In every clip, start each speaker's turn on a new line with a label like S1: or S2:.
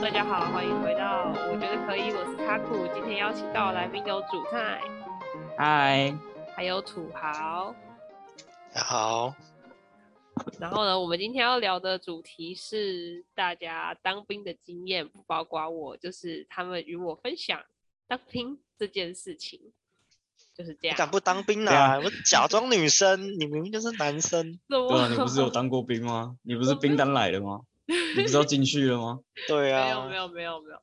S1: 大家好，欢迎回到我觉得可以，我是卡库，今天邀请到的来宾有主菜，
S2: 嗨，
S1: 还有土豪。
S3: 大家好，
S1: 然后呢，我们今天要聊的主题是大家当兵的经验，不包括我，就是他们与我分享当兵这件事情，就是这
S3: 你
S1: 样。
S3: 敢不当兵
S2: 对啊
S3: 啊？我假装女生，你明明就是男生。
S1: 怎么
S2: 对啊，你不是有当过兵吗？你不是兵单来的 吗？你不是要进去了吗？
S3: 对
S1: 没有
S3: 啊
S1: 没，有没有没有。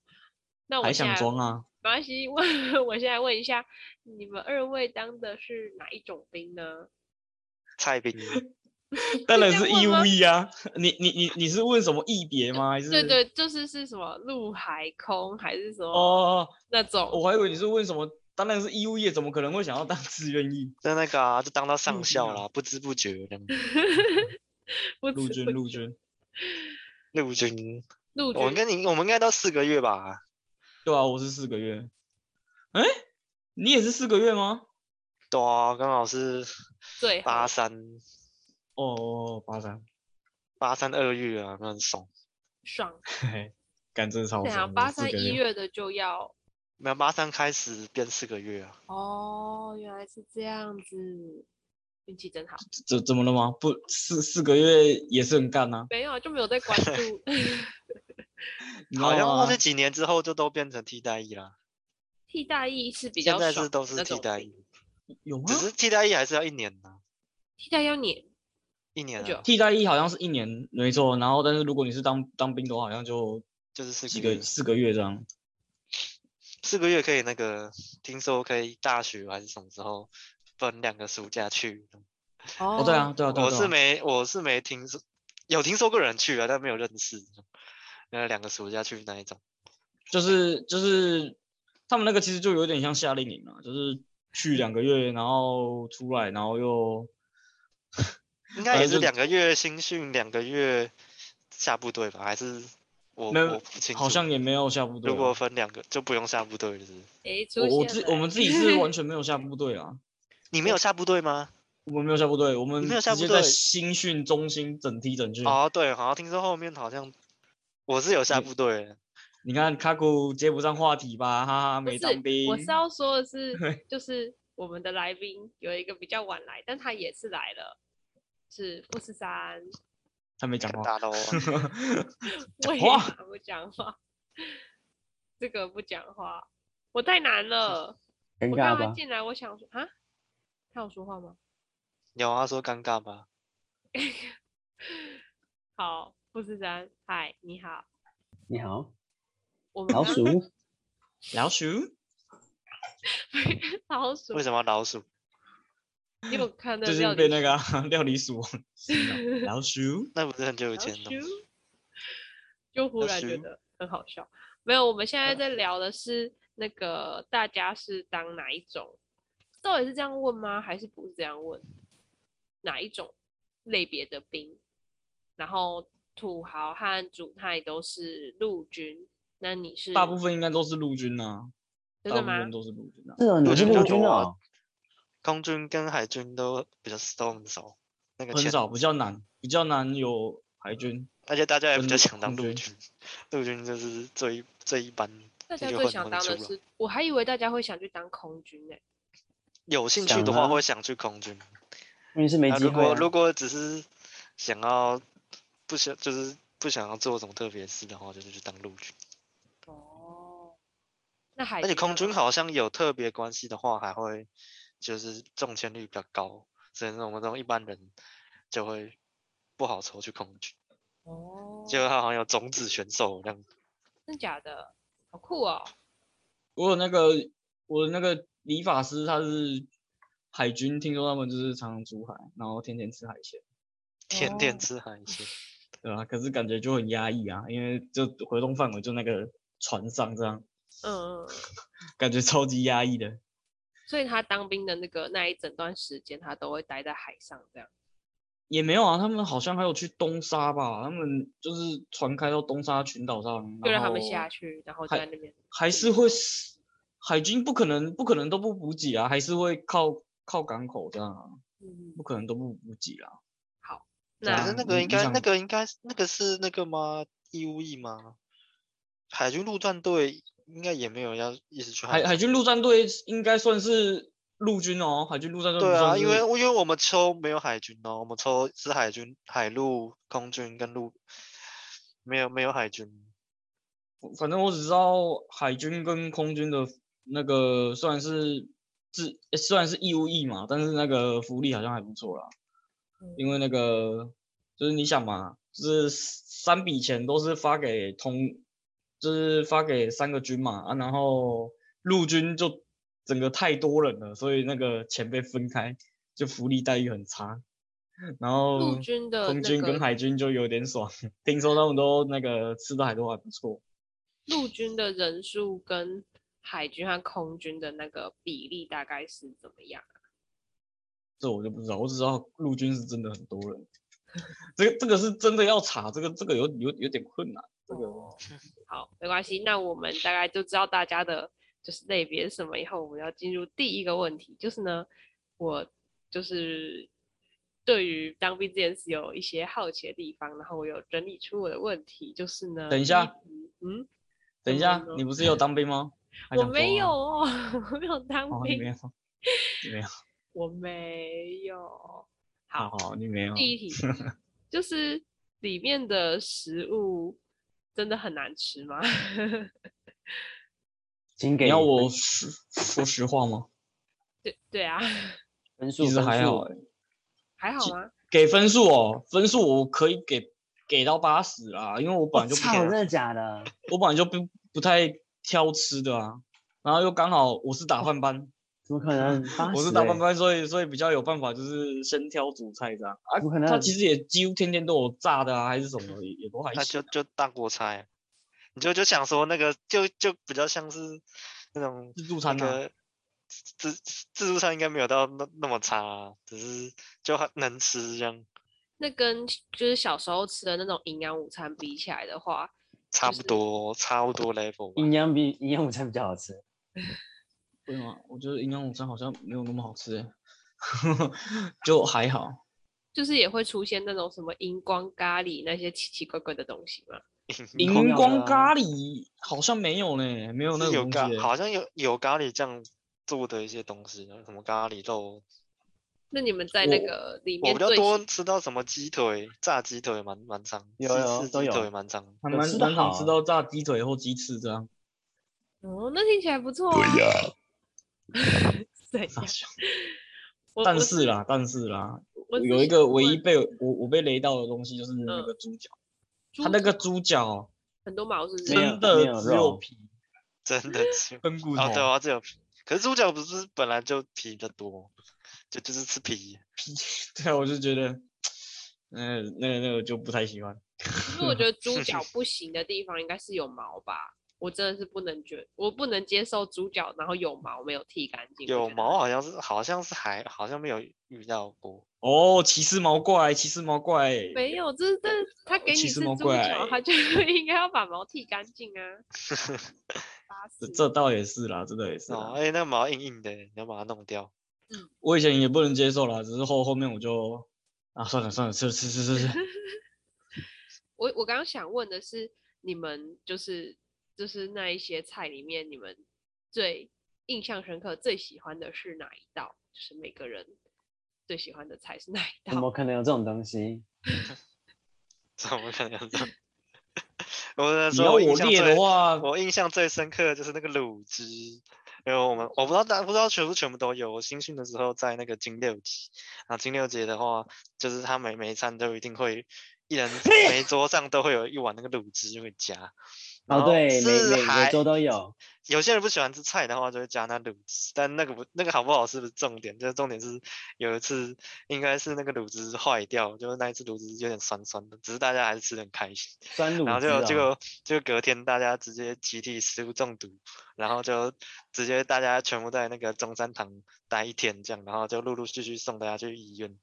S1: 那我
S2: 还
S1: 现
S2: 想
S1: 在
S2: 装啊？
S1: 没关系，问我现在问一下，你们二位当的是哪一种兵呢？
S3: 蔡兵，
S2: 当然是
S1: 这样问吗
S2: EV 啊！ 你你你你是问什么异别吗？还是
S1: 对对，就是是什么陆海空还是什么
S2: 哦，
S1: 那种？
S2: 我还以为你是问什么，当然是 EV 业，怎么可能会想要当志愿 役？
S3: 在那个啊，就当到上校
S2: 陆
S1: 嗯
S2: 军
S3: 啦，不知不觉这样。
S1: 我
S2: 陆
S1: 只
S2: 军
S1: 会
S2: 陆军，
S3: 陆军，
S1: 陆
S3: 我
S1: 军
S3: 跟你，我们应该到四个月吧？
S2: 对啊，我是四个月。哎，你也是四个月吗？
S3: 对啊，刚好是
S1: 最好
S3: 八三
S2: 哦，八三，
S3: 八三二月啊，那很爽。
S1: 爽。
S2: 嘿嘿，干真的超
S1: 对啊，
S2: 爽的。
S1: 八
S2: 四
S1: 三
S2: 个
S1: 一
S2: 月
S1: 月的就要
S3: 没有八三开始变四个月啊，
S1: 哦，原来是这样子，运气真好。
S2: 怎怎么了吗？不，四四个月也是很干呐、
S1: 没有啊，就没有在关 注
S2: 你知道
S3: 好像
S2: 吗
S3: 过去几年之后就都变成替代役啦。
S1: 替代役是比
S3: 现
S1: 较
S3: 在
S1: 爽
S3: 是都
S1: 的
S3: 是
S1: 那
S3: 替
S1: 种
S3: 代
S1: 兵
S3: 役，
S2: 有吗
S3: 只？是替代役还是要一年呢，
S1: 替代要年
S3: 一年
S1: 多
S3: 啊
S1: 久？
S2: 替代役好像是一年，没错。然后，但是如果你是当当兵的话，好像就
S3: 就是四
S2: 几
S3: 个
S2: 个
S3: 月，
S2: 四个月这样。
S3: 四个月可以那个，听说可以大学还是什么时候分两个暑假去。
S2: 哦，对啊，，对啊，对啊。
S3: 我
S2: 对啊
S3: 是没，我是没听说，有听说过有人去啊，但没有认识。那两个暑假去那一种，
S2: 就是就是他们那个其实就有点像夏令营啊，就是去两个月，然后出来，然后又
S3: 应该也
S2: 正
S3: 是
S2: 就
S3: 两个月新训，两个月下部队吧？还是我
S2: 没有
S3: 我不清楚。
S2: 好像也没有下部队
S3: 如
S2: 啊、
S3: 果分两个就不用下部队，就是
S1: 哎，出
S2: 我我
S1: 现
S2: 自
S1: 了
S2: 我们自己是
S1: 欸
S2: 完全没有下部队啊，
S3: 你没有下部队吗？
S2: 我们没有下部队，我们
S3: 你没有下
S2: 直接
S3: 部队
S2: 在新训中心整梯整训。
S3: 哦，对，好像听说后面好像我是有下
S2: 你
S3: 部队的，
S2: 你看卡古接不上话题吧，哈哈，
S1: 不
S2: 没
S1: 是
S2: 当兵。
S1: 我是要说的是，就是我们的来宾有一个比较晚来，但他也是来了，是富士山。
S2: 他没讲
S3: 敢
S2: 话。
S3: 打到我啊。
S1: 我也
S2: 话
S1: 打不讲话， 这个不讲话，我太难 了。
S2: 尴
S1: 我看他进来，我想说啊，他有说话吗？
S3: 有啊，说尴尬吧？
S1: 好，富士山，嗨，你好，
S4: 你好，
S1: 我们
S4: 老
S1: 刚
S4: 鼠，
S2: 老鼠，
S1: 老鼠
S3: 为，什么要老鼠？
S1: 你有看那
S2: 最
S1: 料
S2: 近被
S1: 理
S2: 那个啊 料理 鼠王洗脑老鼠。
S3: 那不是很久以
S1: 老
S3: 前的吗？
S1: 鼠就忽
S3: 老
S1: 然觉
S3: 鼠
S1: 得很好笑。没有，我们现在在聊的是那个大家是当哪一种，到底是这样问吗？还是不是这样问？哪一种类别的兵？然后土豪和主泰都是陆军，那你是
S2: 大部分应该都是陆军啊，
S1: 真
S2: 大
S1: 的
S2: 部
S1: 吗
S2: 分？都是陆军啊。
S4: 是哦，你
S3: 陆
S4: 是
S3: 军
S4: 陆
S3: 就
S4: 军
S3: 多啊
S4: 哦，
S3: 空军跟海军都比较都很熟，那个
S2: 很
S3: 钱，
S2: 少，比较难，比较难有海军。
S3: 而且大家也比
S2: 跟
S3: 较
S2: 陆
S3: 想当
S2: 空
S3: 陆
S2: 军
S3: 军，陆军就是最最一般，
S1: 大
S3: 这
S1: 家
S3: 就
S1: 最
S3: 混
S1: 想
S3: 混
S1: 当
S3: 出
S1: 的
S3: 了
S1: 是，我还以为大家会想去当空军呢、
S3: 有兴趣的
S4: 想
S3: 话
S4: 啊
S3: 会想去空军。
S4: 因为是没
S3: 那
S4: 机
S3: 如
S4: 会
S3: 果
S4: 啊。
S3: 如果只是想要不想就是不想要做什么特别事的话，就是去当陆军。
S1: 哦，那海
S3: 而且
S1: 军
S3: 空
S1: 呢
S3: 军好像有特别关系的话，还会就是中签率比较高，所以我们这种一般人就会不好抽去空军。
S1: 哦，
S3: 结果他好像有种子选手这样。
S1: 真假的，好酷哦。
S2: 我有那个我的那个理发师，他是海军，听说他们就是常常出海，然后天天吃海鲜，
S3: 天
S1: 哦
S3: 天吃海鲜，
S2: 对吧、可是感觉就很压抑啊，因为就活动范围就那个船上这样，
S1: 嗯，
S2: 感觉超级压抑的。
S1: 所以他当兵的那个那一整段时间，他都会待在海上这样。
S2: 也没有啊，他们好像还有去东沙吧，他们就是船开到东沙群岛上，
S1: 就让他们
S2: 然后
S1: 下去，然后就
S2: 还
S1: 在那边。
S2: 还是会死海军不可能不可能都不补给啊，还是会靠靠港口这样啊，
S1: 嗯，
S2: 不可能都不补给啊。
S3: 可
S1: 那
S3: 是
S2: 啊
S3: 那个
S2: 你
S3: 应
S2: 你
S3: 该那
S2: 想
S3: 个应该那个是那个吗？义务役吗？海军陆战队应该也没有要一直去
S2: 海海军陆战队应该算是陆军哦，海军陆战队不
S3: 对啊，
S2: 算
S3: 因为
S2: 是
S3: 因为我们抽没有海军哦，我们抽是海军、海陆、空军跟陆，没有没有海军。
S2: 反正我只知道海军跟空军的那个虽然是自诶虽然是义务役嘛，但是那个福利好像还不错啦。
S1: 嗯
S2: 因为那个就是你想嘛，就是三笔钱都是发给同，就是发给三个军嘛啊，然后陆军就整个太多人了，所以那个钱被分开，就福利待遇很差。然后
S1: 陆军的
S2: 空
S1: 那
S2: 军
S1: 个
S2: 跟海军就有点爽，听说他们都那个吃的还都还不错。
S1: 陆军的人数跟海军和空军的那个比例大概是怎么样？
S2: 这我就不知道，我只知道陆军是真的很多人。这个这个是真的要查，这个这个有有有点困难。这个
S1: 好，没关系，那我们大概就知道大家的就是类别是什么以后，我们要进入第一个问题，就是呢，我就是对于当兵这件事有一些好奇的地方，然后我有整理出我的问题，就是呢，
S2: 等一
S1: 第
S2: 下
S1: 题，嗯，
S2: 等一
S1: 怎么
S2: 下
S4: 嗯
S1: 了，
S2: 你不是有当兵吗？还
S1: 我
S2: 想说
S1: 没有
S2: 啊，
S1: 哦， 我没有当
S2: 哦，你
S1: 兵，
S2: 没有，你没有，
S1: 我没有，
S2: 哦好好，你没有。
S1: 第一 题就是里面的食物真的很难吃吗？
S4: 请给
S2: 你要我
S4: 分
S2: 实说实话吗？
S1: 对对啊，
S4: 分数，
S2: 其实
S4: 分
S2: 还
S4: 数
S2: 好、欸，
S1: 还好吗？
S2: 给分数哦，分数我可以给给到八十啦，因为我本
S4: 我
S2: 来就不
S4: 操，
S2: 给
S4: 真
S2: 他
S4: 的假的？
S2: 我本来就不不太挑吃的啊，然后又刚好我是打饭班，
S4: 怎么可能？八
S2: 我是
S4: 十
S2: 打
S4: 欸
S2: 饭班，所以所以比较有办法，就是先挑主菜这样啊
S4: 怎么可。能
S2: 他其实也几乎天天都有炸的啊，还是什么的，也也都还
S3: 那
S2: 行
S3: 就。就当国菜，你就就想说那个就就比较像是那种
S2: 自助
S3: 那
S2: 餐啊，
S3: 个自自自助餐应该没有到那那么差啊，只是就还能吃这样，
S1: 那跟就是小时候吃的那种营养午餐比起来的话，
S3: 差
S1: 就
S3: 不
S1: 是
S3: 多差不多 level 吧。
S4: 营养比营养午餐比较好吃，
S2: 为什么？我觉得营养午餐好像没有那么好吃欸， 就还好。
S1: 就是也会出现那种什么荧光咖喱那些奇奇怪怪的东西嘛。
S3: 嗯
S2: 荧
S4: 空调的
S2: 光
S4: 啊
S2: 咖喱好像没有呢，没有那
S3: 是有
S2: 种
S3: 咖
S2: 东西欸。
S3: 好像有有咖喱酱做的一些东西，啊什么咖喱肉，
S1: 那你们在那
S2: 我
S1: 个里
S3: 我
S1: 面
S3: 比较
S1: 最
S3: 多吃到什么鸡腿、炸鸡腿蛮蛮常，
S4: 有
S3: 西
S4: 有
S3: 式
S4: 都
S3: 鸡
S4: 有
S3: 腿蛮常。
S2: 还
S4: 有
S2: 蛮
S4: 吃得
S2: 蛮常
S4: 好
S2: 吃
S4: 啊
S2: 到炸鸡腿或鸡翅这样。
S1: 哦，那听起来不错、啊。对呀、对
S2: 傻
S1: 呀，
S2: 笑
S1: 我
S2: 但
S1: 我
S2: 是啦，但是啦，
S1: 我只
S2: 有
S1: 想
S2: 一个唯
S1: 问
S2: 一被我我被雷到的东西就是
S3: 嗯
S2: 那个猪脚，
S1: 猪
S2: 它那个
S1: 脚
S2: 猪脚
S1: 很多毛是不是
S4: 没有
S2: 真的
S4: 没有
S2: 只有
S4: 肉
S2: 皮
S3: 真的只有
S2: 跟骨头
S3: 哦，，对啊，只有皮。可是猪脚不是本来就皮的多，就就是吃皮。
S2: 对啊，我就觉得，嗯、那个那个就不太喜欢。
S1: 可是我觉得 猪脚不行的地方应该是有毛吧，我真的是不能觉，我不能接受猪脚然后有毛没有剃干净。我
S3: 有
S1: 觉得
S3: 毛
S1: 很，
S3: 好像是好像是还好像没有遇到过，
S2: 哦，骑士毛怪，骑士毛怪，
S1: 没有，这这他给你
S2: 其实
S1: 是
S2: 毛
S1: 猪
S2: 怪
S1: 脚，他 就应该要把毛剃干净啊。八
S2: 这
S1: 十
S2: 这倒也是啦，这倒也是
S3: 哦，
S2: 啦。
S3: 而且那个毛硬硬的，你要把它弄掉。
S2: 我以前也不能接受啦，只是后后面我就啊，算了算了，吃吃吃 吃吃，
S1: 我我刚刚想问的是，你们就是就是那一些菜里面，你们最印象深刻、最喜欢的是哪一道？就是每个人最喜欢的菜是哪一
S4: 怎
S1: 道？
S4: 么可能有这种东西？哦
S3: 怎么可能这样？ 我的
S2: 你
S3: 说，
S2: 要
S3: 印
S2: 我
S3: 象
S2: 列
S3: 最哦
S2: 的话，
S3: 我印象最深刻的就是那个卤汁，因为我们我不知道大不知道全部全部都有。我新训的时候在那个金六级，然后金六节的话，就是他每每一餐都一定会，一人每一桌上都会有一碗那个卤汁会加。然
S4: 哦，
S3: 后
S4: 对，每
S3: 是
S4: 每
S3: 还
S4: 每周都有，
S3: 有些人不喜欢吃菜的话，就会加那卤汁，但那个不那个好不好吃不是重点，就是重点是有一次应该是那个卤汁坏掉，就是那一次卤汁有点酸酸的，只是大家还是吃的很开心。
S4: 酸
S3: 然
S4: 乳
S3: 后
S4: 汁、
S3: 就
S4: 哦。
S3: 结
S1: 啊
S3: 果就隔天大家直接集体食物中毒，然后就直接大家全部在那个中山堂待一天这样，然后就陆陆续续送大家去医 院。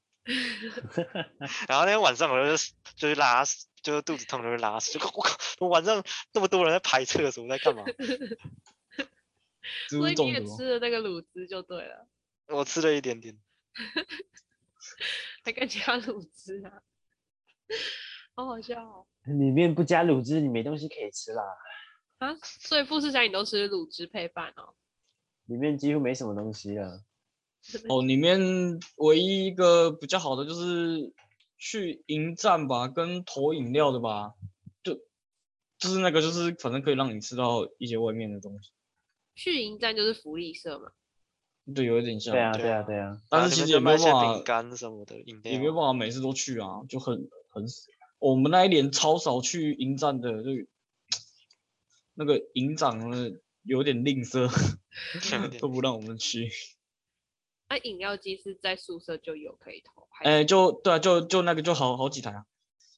S3: 然后那天晚上我就是就是拉屎，就是肚子痛就会拉屎，就 我靠，我晚上那么多人在排厕所在干嘛？
S2: 植物
S1: 所以你
S2: 中
S1: 也
S2: 毒。
S1: 吃了那个卤汁就对了，
S3: 我吃了一点点，
S1: 还跟加卤汁啊， 好好笑哦。
S4: 里面不加卤汁，你没东西可以吃啦。
S1: 啊，所以富士山你都吃卤汁配饭哦。
S4: 里面几乎没什么东西了。
S2: 哦，里面唯一一个比较好的就是去迎战吧，跟投饮料的吧，就就是那个就是反正可以让你吃到一些外面的东西，
S1: 去营站就是福利社嘛，
S2: 对，有一点像。
S4: 对啊，
S3: 对
S4: 对啊，
S3: 啊
S4: 对啊，
S2: 但
S3: 然
S2: 是
S3: 后
S2: 其
S3: 里面
S2: 实
S3: 就
S2: 也没有办
S3: 卖一些饼
S2: 法，
S3: 干什么的，饮料
S2: 也没有办法每次都去啊，就很很死。我们那一年超少去迎战的，就那个营长呢有点吝啬
S3: 有，点
S2: 都不让我们去。
S1: 那、啊饮料机是在宿舍就有可以投，还是
S2: 哎、就对啊，就就那个就好好几台啊。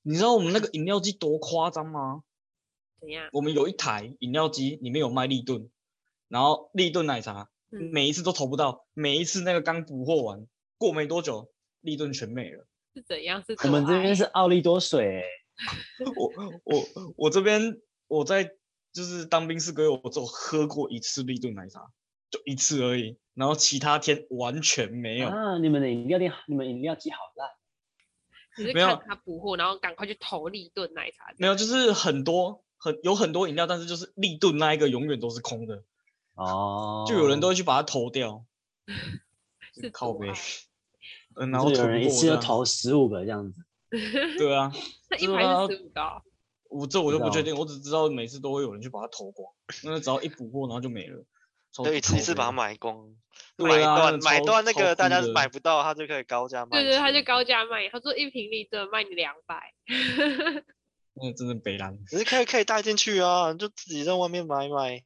S2: 你知道我们那个饮料机多夸张吗？
S1: 怎样？
S2: 我们有一台饮料机，里面有卖立顿，然后立顿奶茶，
S1: 嗯
S2: 每一次都投不到，每一次那个刚补货完，过没多久立顿全没了。
S1: 是怎样？是
S4: 我们
S1: 多
S4: 这边
S1: 矮
S4: 是奥利多水、欸，
S2: 我我我这边我在就是当兵四个月，我只有喝过一次立顿奶茶，就一次而已，然后其他天完全没有。
S4: 啊，你们的饮料店，你们饮料机好烂，
S1: 只是
S2: 没有
S1: 看他补货，然后赶快去投立顿奶茶。
S2: 没有，就是很多很有很多饮料，但是就是立顿那一个永远都是空的，
S4: 哦，
S2: 就有人都会去把它投掉。
S1: 哦是
S2: 靠
S1: 多啊
S2: 背
S1: 矮，
S2: 嗯，然
S4: 然
S2: 后
S4: 后有
S2: 囤
S4: 人一
S2: 货
S4: 次
S2: 这
S4: 就
S2: 样
S4: 投十五个这样子，
S2: 对啊，
S1: 那一
S2: 是
S1: 排
S2: 吗
S1: 是十五高，
S2: 我这我
S4: 知
S2: 就不确
S4: 道
S2: 定，我只知道每次都会有人去把它投光，那只要一补货然后就没了。超
S3: 对，
S2: 级
S3: 一次一
S2: 靠
S3: 次
S2: 背
S3: 把它买光，买
S2: 对啊那
S3: 断
S2: 个
S3: 买
S2: 超
S3: 断那
S2: 超
S3: 个大
S2: 亏
S3: 家
S2: 的
S3: 买不到，他就可以高价卖
S1: 对
S3: 出。
S1: 对，他就高价卖，他说一瓶立顿卖你两百，
S2: 那个真的北 蓝。
S3: 可是可以可以带进去啊，你就自己在外面买一买，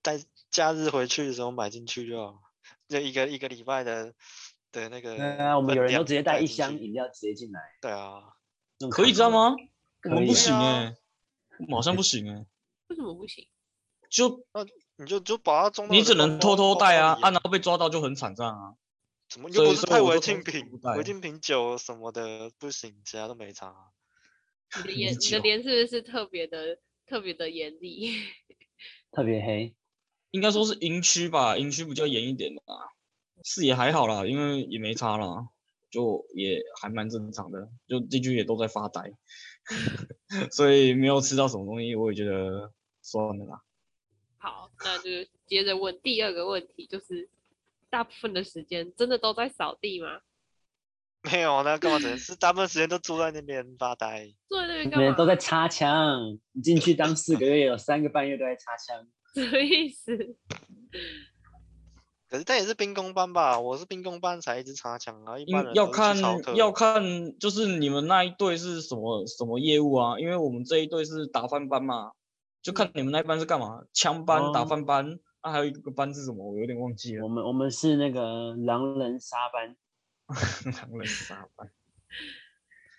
S3: 带假日回去的时候买进去就好，就一个一个礼拜的的那个
S4: 对啊，我们
S3: 分
S4: 有人都
S3: 量
S4: 直接带一
S3: 进
S4: 箱
S3: 去
S4: 饮料直接进来，
S3: 对啊，
S4: 那种
S2: 可以这样
S4: 扛着？
S2: 吗？我
S4: 可
S2: 们
S4: 以
S2: 不
S4: 啊
S2: 行
S3: 对啊
S2: 哎、我们好像不行哎、
S1: 为什么不行？
S2: 就
S3: 你就就把它装到
S2: 你
S3: 的
S2: 只
S3: 包
S2: 能
S3: 包
S2: 偷偷
S3: 包
S2: 带
S3: 包
S2: 啊，
S3: 里
S2: 啊，然后被抓到就很惨trạng啊。
S3: 怎么又
S2: 所
S3: 不
S2: 以
S3: 是
S2: 所以
S3: 配
S2: 我
S3: 违
S2: 就偷
S3: 禁
S2: 偷
S3: 品
S2: 不，带
S3: 违禁品酒什么的不行，其他都没差。
S1: 你的
S2: 理
S1: 颜你
S2: 解
S1: 的
S2: 哦
S1: 脸是不是特别的特别的严厉？
S4: 特别黑，
S2: 应该说是营区吧，营区比较严一点的啊，是也还好啦，因为也没差啦，就也还蛮正常的，就地区也都在发呆， 所以没有吃到什么东西，我也觉得算了啦。
S1: 好，那就接着问第二个问题，就是大部分的时间真的都在扫地吗？
S3: 没有，啊那干嘛 整？是大部分时间都坐在那边发呆。
S1: 坐在那边
S4: 每人
S1: 干
S4: 都
S1: 嘛？
S4: 在擦枪，你进去当四个月，有三个半月都在擦枪，
S1: 什么意思？
S3: 可是但也是兵工班吧，我是兵工班才一直插枪啊，一
S2: 因
S3: 般
S2: 嗯
S3: 人
S2: 要
S3: 都是
S2: 看
S3: 去操课
S2: 要看就是你们那一队是什么什么业务啊，因为我们这一队是打饭班嘛，就看你们那一班是干嘛，枪班、打
S4: 哦
S2: 饭班，啊还有一个班是什么，我有点忘记
S4: 我
S2: 了，
S4: 们我们是那个狼人杀班，
S2: 狼人杀班。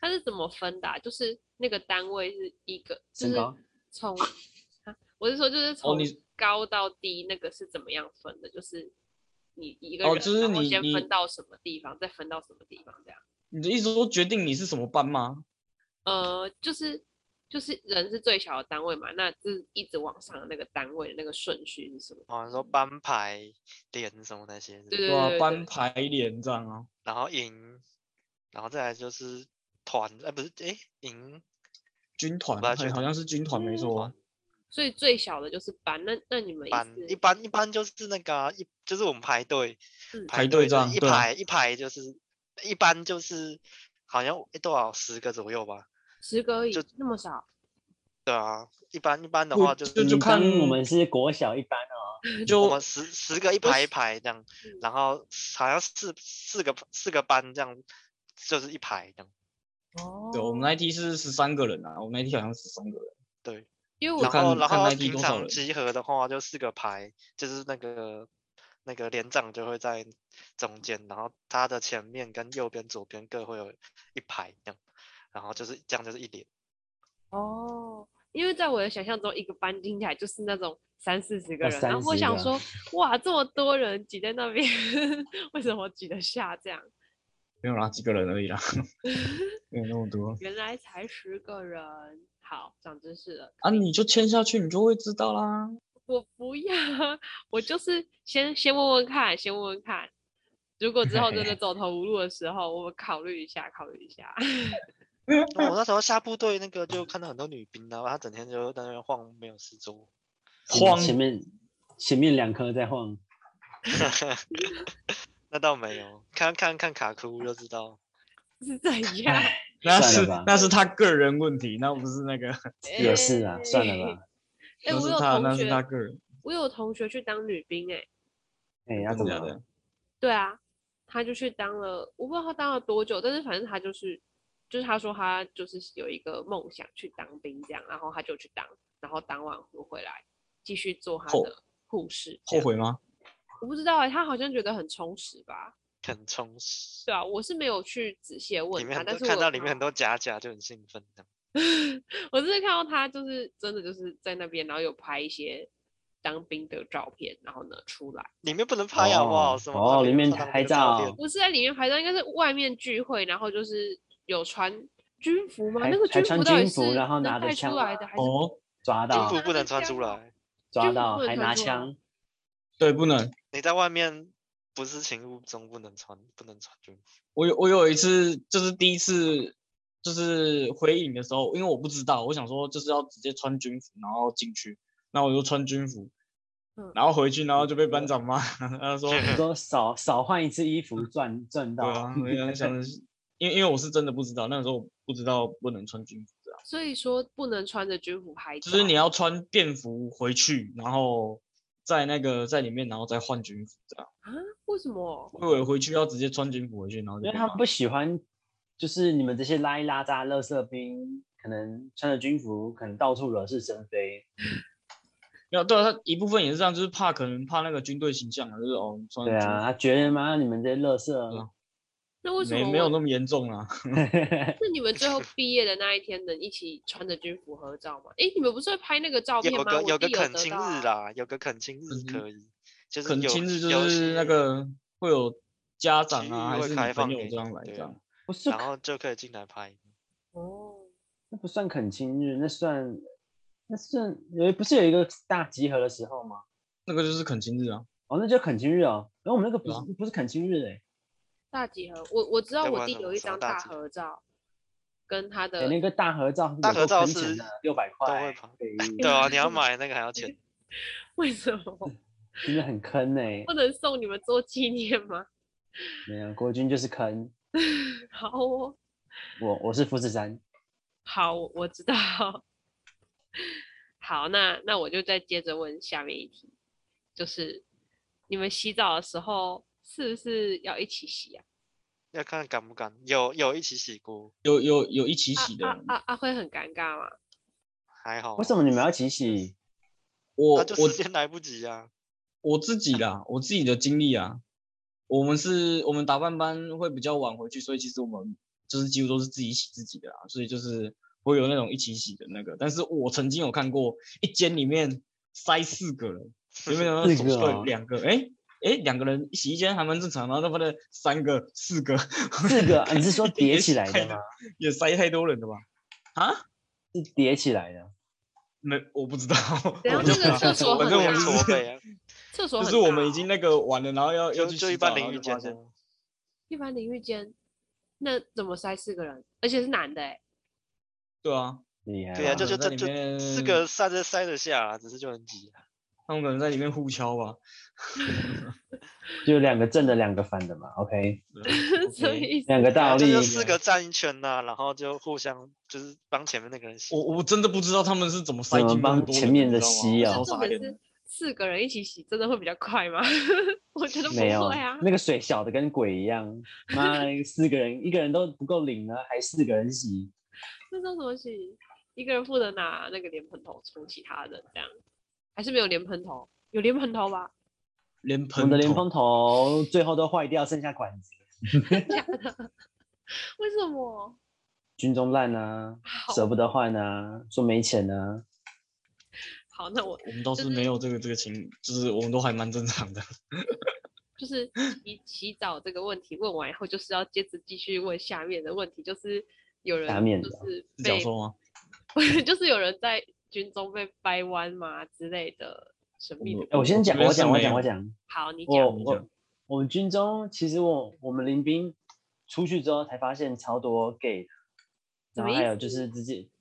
S1: 他是怎么分的啊、就是那个单位是一个，就
S4: 身
S1: 是
S4: 高
S1: 从，啊我是说就是从
S2: 哦你
S1: 高到低那个是怎么样分的？就是你一个
S2: 哦
S1: 人，
S2: 就是
S1: 然后
S2: 你
S1: 先
S2: 你
S1: 分到什么地方，再分到什么地方这样。
S2: 你的意思说决定你是什么班吗？
S1: 呃，就是就是人是最小的单位嘛，那就是一直往上的那个单位的那个顺序是什么？
S3: 啊，你说班牌、连什么那些的，
S1: 对对
S2: 啊，
S1: 对
S2: 班排连这样啊。
S3: 然后营，然后再来就是团，哎、不是，哎、营，
S2: 军团，
S3: 不太
S2: 好
S3: 确定
S2: 像好像是军团没
S3: 军
S2: 错
S3: 团
S2: 啊。
S1: 所以最小的就是班。那那你们一
S3: 班
S1: 次
S3: 一般一般就是那个啊、一就是我们排队，
S1: 嗯
S2: 排队
S3: 队
S2: 这
S3: 就是
S2: 样
S3: 一
S2: 对啊
S3: 排一排就是一般就是好像诶多少十个左右吧，
S1: 十个而已
S3: 就，
S1: 那么少，
S3: 对啊，一般一般的
S2: 不
S3: 话就是
S2: 就
S4: 你
S2: 看
S4: 当我们是国小一班哦，
S3: 我
S2: 就
S3: 们十十个一排一排这样，然后好像四四个四个班这样，就是一排这样，
S1: 哦
S2: 对，我们那一梯是十三个人啊，我们那一梯好像十三个人。
S3: 对。
S1: 因为我
S3: 然
S2: 就看
S3: 后然
S2: 看
S3: 后
S2: 那一批
S3: 平
S2: 多少
S3: 常
S2: 人
S3: 集合的话，就四个排，就是那个那个连长就会在中间，然后他的前面跟右边、左边各会有一排这样，然后就是这样就是一连。
S1: 哦，因为在我的想象中，一个班听起来就是那种三四十个
S4: 要
S1: 人，然后我
S4: 30
S1: 想
S4: 个
S1: 说，哇，这么多人挤在那边， 为什么挤得下这样？
S2: 没有啦，几个人而已 啦，没有那么多
S1: 原来才十个人，好，长知识了。
S2: 啊。你就签下去，你就会知道啦。
S1: 我不要， 我就是先先问问看，先问问看。如果之后真的走投无路的时候，我考虑一下，考虑一下。
S3: 那我那时候下部队那个就看到很多女兵啊，她整天就在那边晃，没有事做。
S2: 慌
S4: 前面前面两颗在晃，
S3: 那倒没有，看看看卡库就知道。
S1: 是怎样？
S2: 那
S4: 算
S2: 是
S4: 了吧
S2: 那是他个人问题，那不是那个，
S4: 也是啊，算了吧。
S1: 哎、
S2: 那
S1: 我
S2: 是
S1: 有
S2: 他那
S1: 同
S2: 是他
S1: 学，
S2: 个人，
S1: 我有同学去当女兵、哎，
S4: 哎，要
S2: 真
S4: 怎
S2: 的
S4: 么
S2: 假
S4: 了？
S2: 的？
S1: 对啊，他就去当了，我不知道他当了多久，但是反正他就是，就是他说他就是有一个梦想去当兵这样，然后他就去当，然后当完又回来继续做他
S2: 后
S1: 的护士。
S2: 后？悔吗？
S1: 我不知道哎、他好像觉得很充实吧？
S3: 很充实。
S1: 对啊，我是没有去仔细地
S3: 里
S1: 问
S3: 面
S1: 他，
S3: 很
S1: 啊但
S3: 多
S1: 是我
S3: 看
S1: 有
S3: 到里面
S1: 看
S3: 很多假假就很兴奋的，
S1: 我只是看到他就是真的就是在那边，然后有拍一些当兵的照片，然后呢出来，
S3: 里面不能拍好不好？
S4: 哦
S3: 什么
S4: 哦
S3: 放
S4: 里
S3: 那个
S4: 面
S3: 放那个
S4: 拍
S3: 照
S4: 照
S3: 片
S1: 不是在里面拍照，应该是外面聚会，然后就是有穿军服吗？
S4: 还
S1: 那个
S4: 还穿
S1: 服到底
S4: 军服
S1: 是
S4: 然后
S1: 能
S4: 拿着
S1: 带
S4: 枪
S1: 出来的还是？
S2: 哦，
S4: 抓
S3: 军
S4: 到
S3: 服不能
S1: 这样
S3: 穿出
S1: 哦
S3: 来，
S4: 抓
S1: 军
S4: 到
S1: 服不能
S4: 还
S1: 穿
S4: 拿
S1: 出来
S4: 枪，
S2: 对，不能。
S3: 你在外面不是情务中不能穿，不能穿军服。
S2: 我有我有一次就是第一次就是回影的时候，因为我不知道，我想说就是要直接穿军服然后进去，那我就穿军服
S1: 嗯，
S2: 然后回去然后就被班长骂， 他说啊
S4: 你说少少换一次衣服赚
S2: 对
S4: 赚到，
S2: 啊，我想想，因为因为我是真的不知道，那个时候我不知道不能穿军服的啊，
S1: 所以说不能穿着军服拍照。
S2: 就是你要穿便服回去，然后在那个在里面然后再换军服这样。
S1: 啊？为什么？
S2: 我以为回去要直接穿军服回去，然后就
S4: 因为
S2: 被
S4: 他
S2: 骂
S4: 们不喜欢，就是你们这些拉一拉渣、垃圾兵，可能穿着军服，可能到处惹是生非。
S2: 没有对啊，他一部分也是这样，就是怕可能怕那个军队形象啊，就是哦你
S3: 嗯
S2: 穿
S4: 对
S2: 军服
S4: 啊，他觉得妈你们这些垃
S2: 啊
S4: 圾，
S1: 那为什
S2: 没
S1: 么
S2: 没有
S1: 我
S2: 那么严重啊。
S1: 那你们最后毕业的那一天能一起穿着军服合照吗？诶，你们不是会拍那个照片
S3: 有
S1: 吗？
S3: 个
S1: 我
S3: 有个
S1: 弟
S3: 恳
S1: 得
S3: 亲
S1: 到啊
S3: 日啦，有个恳亲日
S2: 恳亲
S3: 可以，就是
S2: 恳
S3: 有
S2: 亲日
S3: 有
S2: 就
S3: 一
S2: 是那
S3: 些
S2: 个会有家长
S3: 区域
S2: 啊，还
S3: 会
S2: 是你
S3: 开放
S2: 朋友
S3: 给
S2: 这
S3: 你
S2: 样来
S3: 对
S2: 这
S3: 啊
S2: 样。
S4: 不是
S3: 然，后就可以进来拍。
S1: 哦，
S4: 那不算恳亲日，那算那算有不是有一个大集合的时候吗？
S2: 那个就是恳亲日啊，
S4: 哦，那叫恳亲日哦。然后我们那个不
S2: 对
S4: 是、
S2: 啊
S4: 不是恳亲日哎、
S1: 大集合，我我知道
S3: 要
S1: 我
S3: 玩
S1: 弟
S3: 什么
S1: 有一
S3: 什么
S1: 张
S3: 大
S1: 大
S3: 集合
S1: 合照，跟他
S4: 欸
S1: 的
S4: 那个大合照，
S3: 大合照是
S4: 六百
S3: 都
S4: 块
S3: 会跑，
S4: 对
S3: 对 啊，你要买那个还要钱，
S1: 为什么
S4: 真的很坑哎、
S1: 不能送你们做纪念吗？
S4: 没有，国军就是坑。
S1: 好哦，
S4: 我我是富士山，
S1: 好，我我知道。 好，那那我就再接着问下面一题，就是你们洗澡的时候是不是要一起洗啊？
S3: 要看敢不敢。有有一起洗过，
S2: 有有有一起
S1: 啊
S2: 洗的。
S1: 啊啊啊！会很尴尬吗？
S3: 还好。
S4: 为什么你们要一起洗？
S2: 我
S3: 那就
S2: 我
S3: 时间来不及啊。
S2: 我自己啦，我自己的经历啊，我们是我们打扮班会比较晚回去，所以其实我们就是几乎都是自己洗自己的啊，所以就是不会有那种一起洗的那个。但是我曾经有看过一间里面塞四个人，有 没有那
S4: 四
S2: 种
S4: 个哦
S2: 对两个？哎哎，两个人洗一间还蛮正常的，然后他们的三个四个
S4: 四个，啊你是说叠
S2: 也
S4: 起
S2: 是
S4: 来
S2: 太
S4: 的吗？
S2: 也塞太多人了吧？啊？
S4: 是叠起来的，
S2: 没，我不知道，
S1: 等下
S2: 我就
S1: 这个
S2: 不知
S1: 厕
S2: 道
S1: 所
S2: 反
S1: 很
S2: 正我
S1: 大
S2: 们就
S3: 要
S1: 哦
S3: 搓
S2: 是
S3: 背啊，
S1: 厕所
S2: 就
S1: 很
S2: 是我
S1: 大
S2: 们已
S1: 哦
S2: 经那个完了，然后 要要
S3: 就
S2: 去
S3: 就
S2: 洗
S3: 一般
S2: 澡
S3: 淋
S2: 然后
S3: 浴
S2: 就发
S3: 间
S2: 现
S3: 的。
S1: 一般淋浴间，那怎么塞四个人？而且是男的哎、
S2: 对啊，
S4: 厉害吧。
S3: 对呀、啊，就
S2: 可
S3: 就
S2: 能在
S3: 就
S2: 里
S3: 就四
S2: 面
S3: 个塞着塞得下啊，只是就很挤啊。
S2: 他们可能在里面互敲吧。
S4: 就两个正的，两个反的嘛。OK，
S2: 啊
S1: 什么意思？
S4: 两个
S3: 对啊
S4: 倒
S3: 就
S4: 立
S3: 就，四个站一圈呐、然后就互相就是帮前面那个人洗。
S2: 我我真的不知道他们是怎么塞
S4: 怎么
S2: 进
S4: 帮
S2: 那么多
S4: 前
S2: 人
S4: 面
S2: 你
S4: 的
S2: 知道吗
S4: 吸啊
S2: 我超
S1: 重
S2: 傻
S1: 点
S2: 眼
S1: 是
S2: 的。
S1: 四个人一起洗，真的会比较快吗？ 我觉得不
S4: 没有
S1: 会啊。
S4: 那个水小的跟鬼一样。妈，四个人，一个人都不够领了，还四个人洗，
S1: 那叫什么洗？一个人负责拿那个莲蓬头冲其他人，这样还是没有莲蓬头？有莲蓬头吧？
S2: 连
S4: 我
S2: 喷
S4: 们的连
S2: 头
S4: 蓬头最后都坏掉，剩下管子，
S1: 为什么？
S4: 军中烂啊，
S1: 好，
S4: 舍不得换啊，说没钱啊。
S1: 好，那我
S2: 我们倒
S1: 就是
S2: 没有这个这个情，就是我们都还蛮正常的。
S1: 就是洗 洗澡这个问题问完以后，就是要接着继续问下面的问题，就是有人
S4: 下面
S1: 就
S4: 的啊
S1: 是
S2: 是
S1: 被
S2: 讲说吗？
S1: 就是有人在军中被掰弯嘛之类的神秘的故事。
S4: 哎，我先讲，
S2: 这边
S4: 我
S2: 是
S4: 讲，我
S2: 没
S4: 讲，
S2: 有
S4: 我讲。
S1: 好，你
S4: 我
S1: 讲。
S2: 你
S4: 我
S2: 讲
S4: 我们军中其实我我们临兵出去之后才发现超多 gay 的，
S1: 什
S4: 然
S1: 么
S4: 后
S1: 意
S4: 还有就
S1: 思
S4: 是自己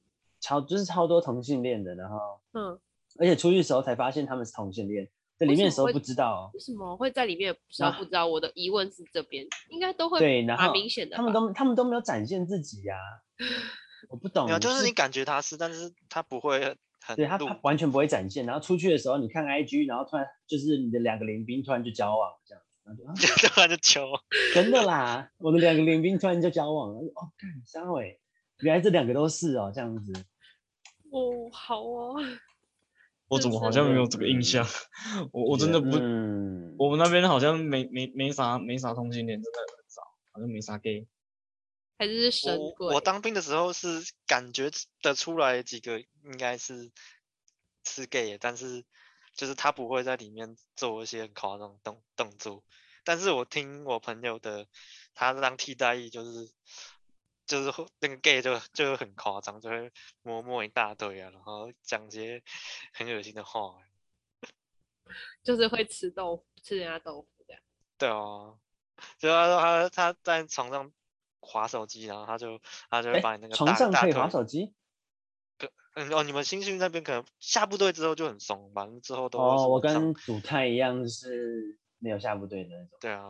S4: 超就是超多同性恋的，然后
S1: 嗯，
S4: 而且出狱时候才发现他们是同性恋，在里
S1: 为什
S4: 面
S1: 么
S4: 的时候
S1: 会
S4: 不知道哦。
S1: 为什么会在里面不知道
S4: 那
S1: 不知道？我的疑问是这边应该都会
S4: 啊对然
S1: 蛮
S4: 后
S1: 明显的吧，
S4: 他们都他们都没有展现自己呀、我不懂
S3: 没有，，就是
S4: 哦是
S3: 你感觉他是，但是他不会很
S4: 对他
S3: 露
S4: 他完全不会展现，然后出去的时候你看 IG，然后突然就是你的两个邻兵突然就交往这样，然后就、啊、
S3: 突然就球，
S4: 真的啦，我的两个邻兵突然就交往了，哦，干三伟，原来这两个都是哦，这样子，
S1: 哦，好哦，
S2: 我怎么好像没有这个印象？我我真的不，
S4: 嗯，
S2: 我们那边好像没没没啥没啥同性恋，真的很少，好像没啥 gay。
S1: 还是神
S3: 我
S1: 鬼？
S3: 我当兵的时候是感觉得出来几个应该是是 gay，的但是就是他不会在里面做一些很夸张的动动作。但是我听我朋友的，他当替代役就是就是会那个 gay 就就很夸张，就会摸摸一大堆啊，然后讲一些很恶心的话。
S1: 就是会吃豆腐，吃人家豆腐这样。
S3: 对啊，就他说他他在床上划手机，然后他就他就会
S4: 哎、
S3: 把你那个
S4: 床
S3: 大
S4: 上
S3: 大
S4: 可以
S3: 腿
S4: 划手机
S3: 嗯哦，你们新训那边可能下部队之后就很松吧，之后都会什
S4: 哦，
S3: 么
S4: 我
S3: 上
S4: 跟祖泰一样是没有下部队的那种，
S3: 对啊，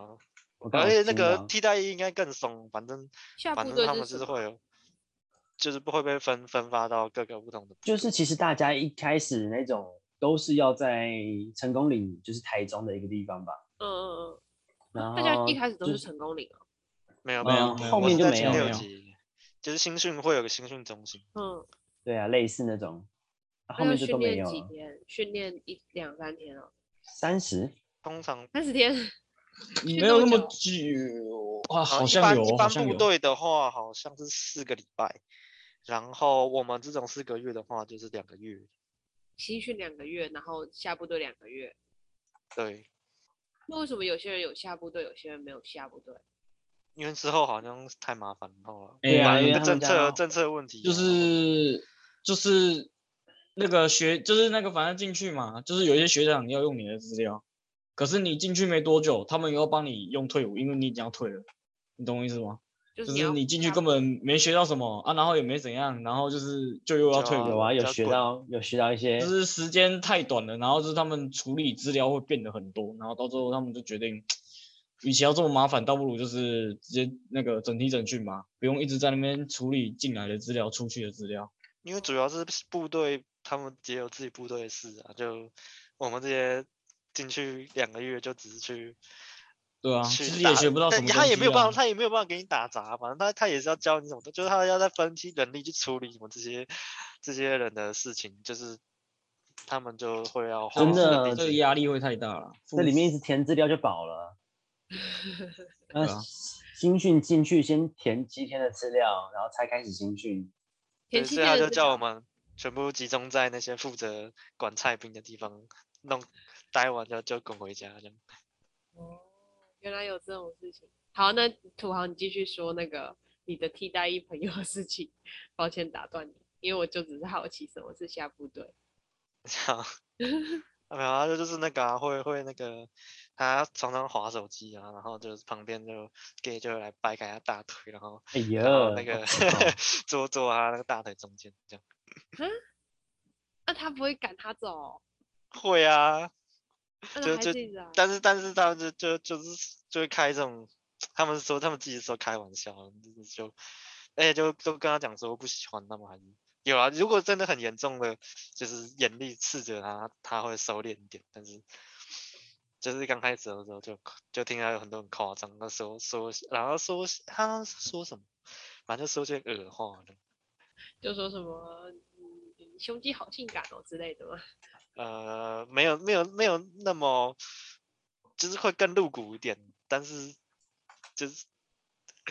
S4: 我啊刚好
S3: 而且那
S4: 新
S3: 个
S4: 郎
S3: 替代役应该更松，反正
S1: 下
S3: 反
S1: 部
S3: 正
S1: 队
S3: 他
S1: 是
S3: 们
S1: 什
S3: 是
S1: 么？
S3: 会有，就是不会被分分发到各个不同的部
S4: 就
S3: 队，
S4: 是其实大家一开始那种都是要在成功岭，就是台中的一个地方吧。
S1: 嗯嗯
S4: 然
S1: 嗯，
S4: 后
S1: 大家一开始都
S4: 就是
S1: 成功领哦。
S3: 没有
S2: 没有
S3: 我
S2: 没
S3: 是
S2: 有后面
S4: 嗯就
S3: 在
S4: 没
S3: 前
S4: 有
S3: 六
S2: 没有
S3: 级，就是新训会有个新训中心，
S1: 嗯，
S4: 对啊，类似那种，啊后
S1: 那要
S4: 面就
S1: 训
S4: 都没
S1: 练
S4: 有
S1: 几
S4: 了。
S1: 天？训练一两三天哦，
S4: 三十，
S3: 通常
S1: 三十天。
S2: 没有那么
S1: 多
S2: 久啊，
S3: 好
S2: 好
S3: 呃一
S2: 像
S3: 般
S2: 有
S3: 一
S2: 哦，好
S3: 般
S2: 像
S3: 部
S2: 有。
S3: 队的话好像是四个礼拜，然后我们这种四个月的话就是两个月，
S1: 新训两个月，然后下部队两个月。
S3: 对，
S1: 那为什么有些人有下部队，有些人没有下部队？
S3: 因为之后好像是太麻烦了，哦
S2: 哎
S4: 对啊
S2: 呀
S4: 因为他们
S3: 政
S4: 家
S3: 策政策问题
S2: 就
S3: 啊
S2: 是就是那个学，就是那个反正进去嘛，就是有一些学长要用你的资料，可是你进去没多久，他们又要帮你用退伍，因为你已经要退了，你懂我意思吗？
S1: 就
S2: 就是
S1: 你
S2: 是
S1: 要
S2: 你进去
S1: 下
S2: 根本没学到什么啊，然后也没怎样，然后就是就又要
S3: 就
S2: 退伍
S3: 要
S4: 有
S2: 了，
S4: 啊，有
S3: 比较
S4: 学
S3: 滚
S4: 到有学到一些
S2: 就，是时间太短了，然后就是他们处理资料会变得很多，然后到最后他们就决定，与其要这么麻烦，倒不如就是直接那个整体整训嘛，不用一直在那边处理进来的资料、出去的资料。
S3: 因为主要是部队，他们也有自己部队的事啊。就我们这些进去两个月，就只是去
S2: 对啊，其
S3: 去
S2: 实
S3: 打
S2: 也学不到什
S3: 但
S2: 么、啊
S3: 他也没有办法，，他也没有办法给你打杂，反正他他也是要教你什么的，就是他要在分析能力去处理我们这些这些人的事情，就是他们就会要花
S4: 真
S3: 时间
S4: 的
S3: 理
S2: 这个
S3: 解
S2: 压力会太大了。
S4: 这里面一直填资料就 饱了。那
S2: 对啊
S4: 新训进去先填几天的资料，然后才开始新训。
S1: 前
S3: 对
S1: 期
S3: 所以他
S1: 练的
S3: 就是叫我
S1: 吧
S3: 们全部集中在那些负责管菜兵的地方弄，待完就就滚回家这样。
S1: 哦，原来有这种事情。好，那土豪你继续说那个你的替代役朋友的事情。 抱歉打断你，因为我就只是好奇什么是下部队。
S3: 啊，没有啊，就就是那个、啊、会会那个，他常常划手机啊，然后就是旁边就 gay 就来掰开他大腿，然后
S4: 哎呀，
S3: 然后那个
S4: 好扯哦
S3: 坐坐他那个大腿中间这样。
S1: 那、他不会赶他走哦、
S3: 会啊，
S1: 那、
S3: 就
S1: 还
S3: 就是
S1: 一直啊。
S3: 但是但是他们就就就是就会开这种，他们说他们自己说开玩笑，就是就而且就都跟他讲说不喜欢，那么还是有啊。如果真的很严重的，就是严厉斥责他，他会收敛一点。但是就是刚开始的时候就就听他有很多很夸张的说说，然后说他说什么，反正就说些恶话的。
S1: 就说什么嗯你胸肌好性感哦之类的嘛。
S3: 呃，没有没有没有那么，就是会更露骨一点，但是就是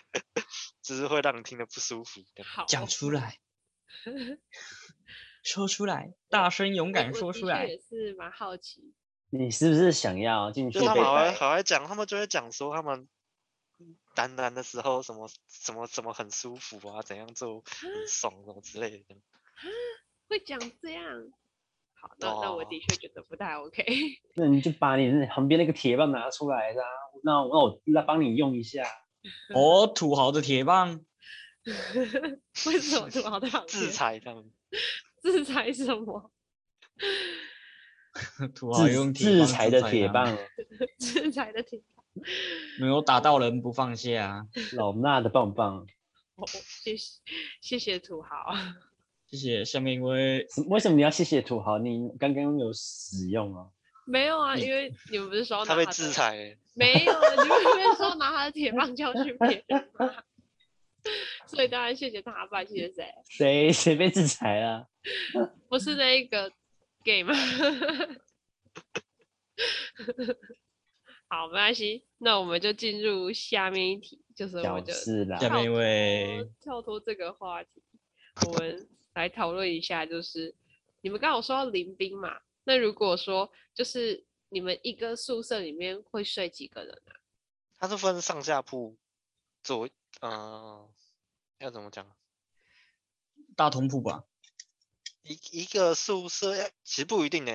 S3: 就是会让你听得不舒服的。
S1: 好，哦
S2: 讲出来，说出来，大声勇
S1: 我
S2: 敢
S1: 我
S2: 说
S1: 的
S2: 出
S1: 确
S2: 来。
S1: 也是蛮好奇。
S4: 你是不是想要进去
S3: 就
S4: 被
S3: 他啊们好爱
S4: 逮？
S3: 好爱讲，他们就会讲说他们单单的时候什么什么什么很舒服啊，怎样做很爽什么之类的。
S1: 会讲这样。好，那那我
S3: 哦
S1: 的确觉得不太 OK。
S4: 那你就把你那旁边那个铁棒拿出来啦、那那我来帮你用一下。
S2: 哦，土豪的铁棒，
S1: 为什么土豪的行
S3: 制
S1: 业
S3: 裁他们，
S1: 制裁什么？
S2: 土豪
S4: 制
S2: 用铁
S4: 制
S2: 棒
S4: 裁
S2: 制
S4: 的铁
S2: 他
S4: 棒，
S1: 制裁的挺好。
S2: 没有打到人不放下啊！
S4: 老衲的棒棒。
S1: 哦谢谢谢谢土豪。
S2: 谢谢。下面一位
S4: 什为什么你要谢谢土豪？你刚刚有使用哦。
S1: 没有啊，因为你们不是说要
S3: 他
S1: 拿
S3: 被
S1: 的
S3: 制？裁欸，
S1: 没有，啊你们不是说拿他的铁棒 教训别人吗？ 所以当然谢谢他，不然谢谢谁？
S4: 谁 谁被制裁了？
S1: 不是那一个 gay 吗？好，没关系，那我们就进入下面一题，就是我
S4: 小
S1: 们就
S4: 事啦。
S2: 下面一
S1: 跳
S2: 位
S1: 脱跳脱这个话题，我们来讨论一下，就是你们刚好说到临兵嘛，那如果说就是你们一个宿舍里面会睡几个人啊？
S3: 他是分上下铺左，嗯，要怎么讲？
S2: 大同铺吧。
S3: 一一个宿舍要其实不一定欸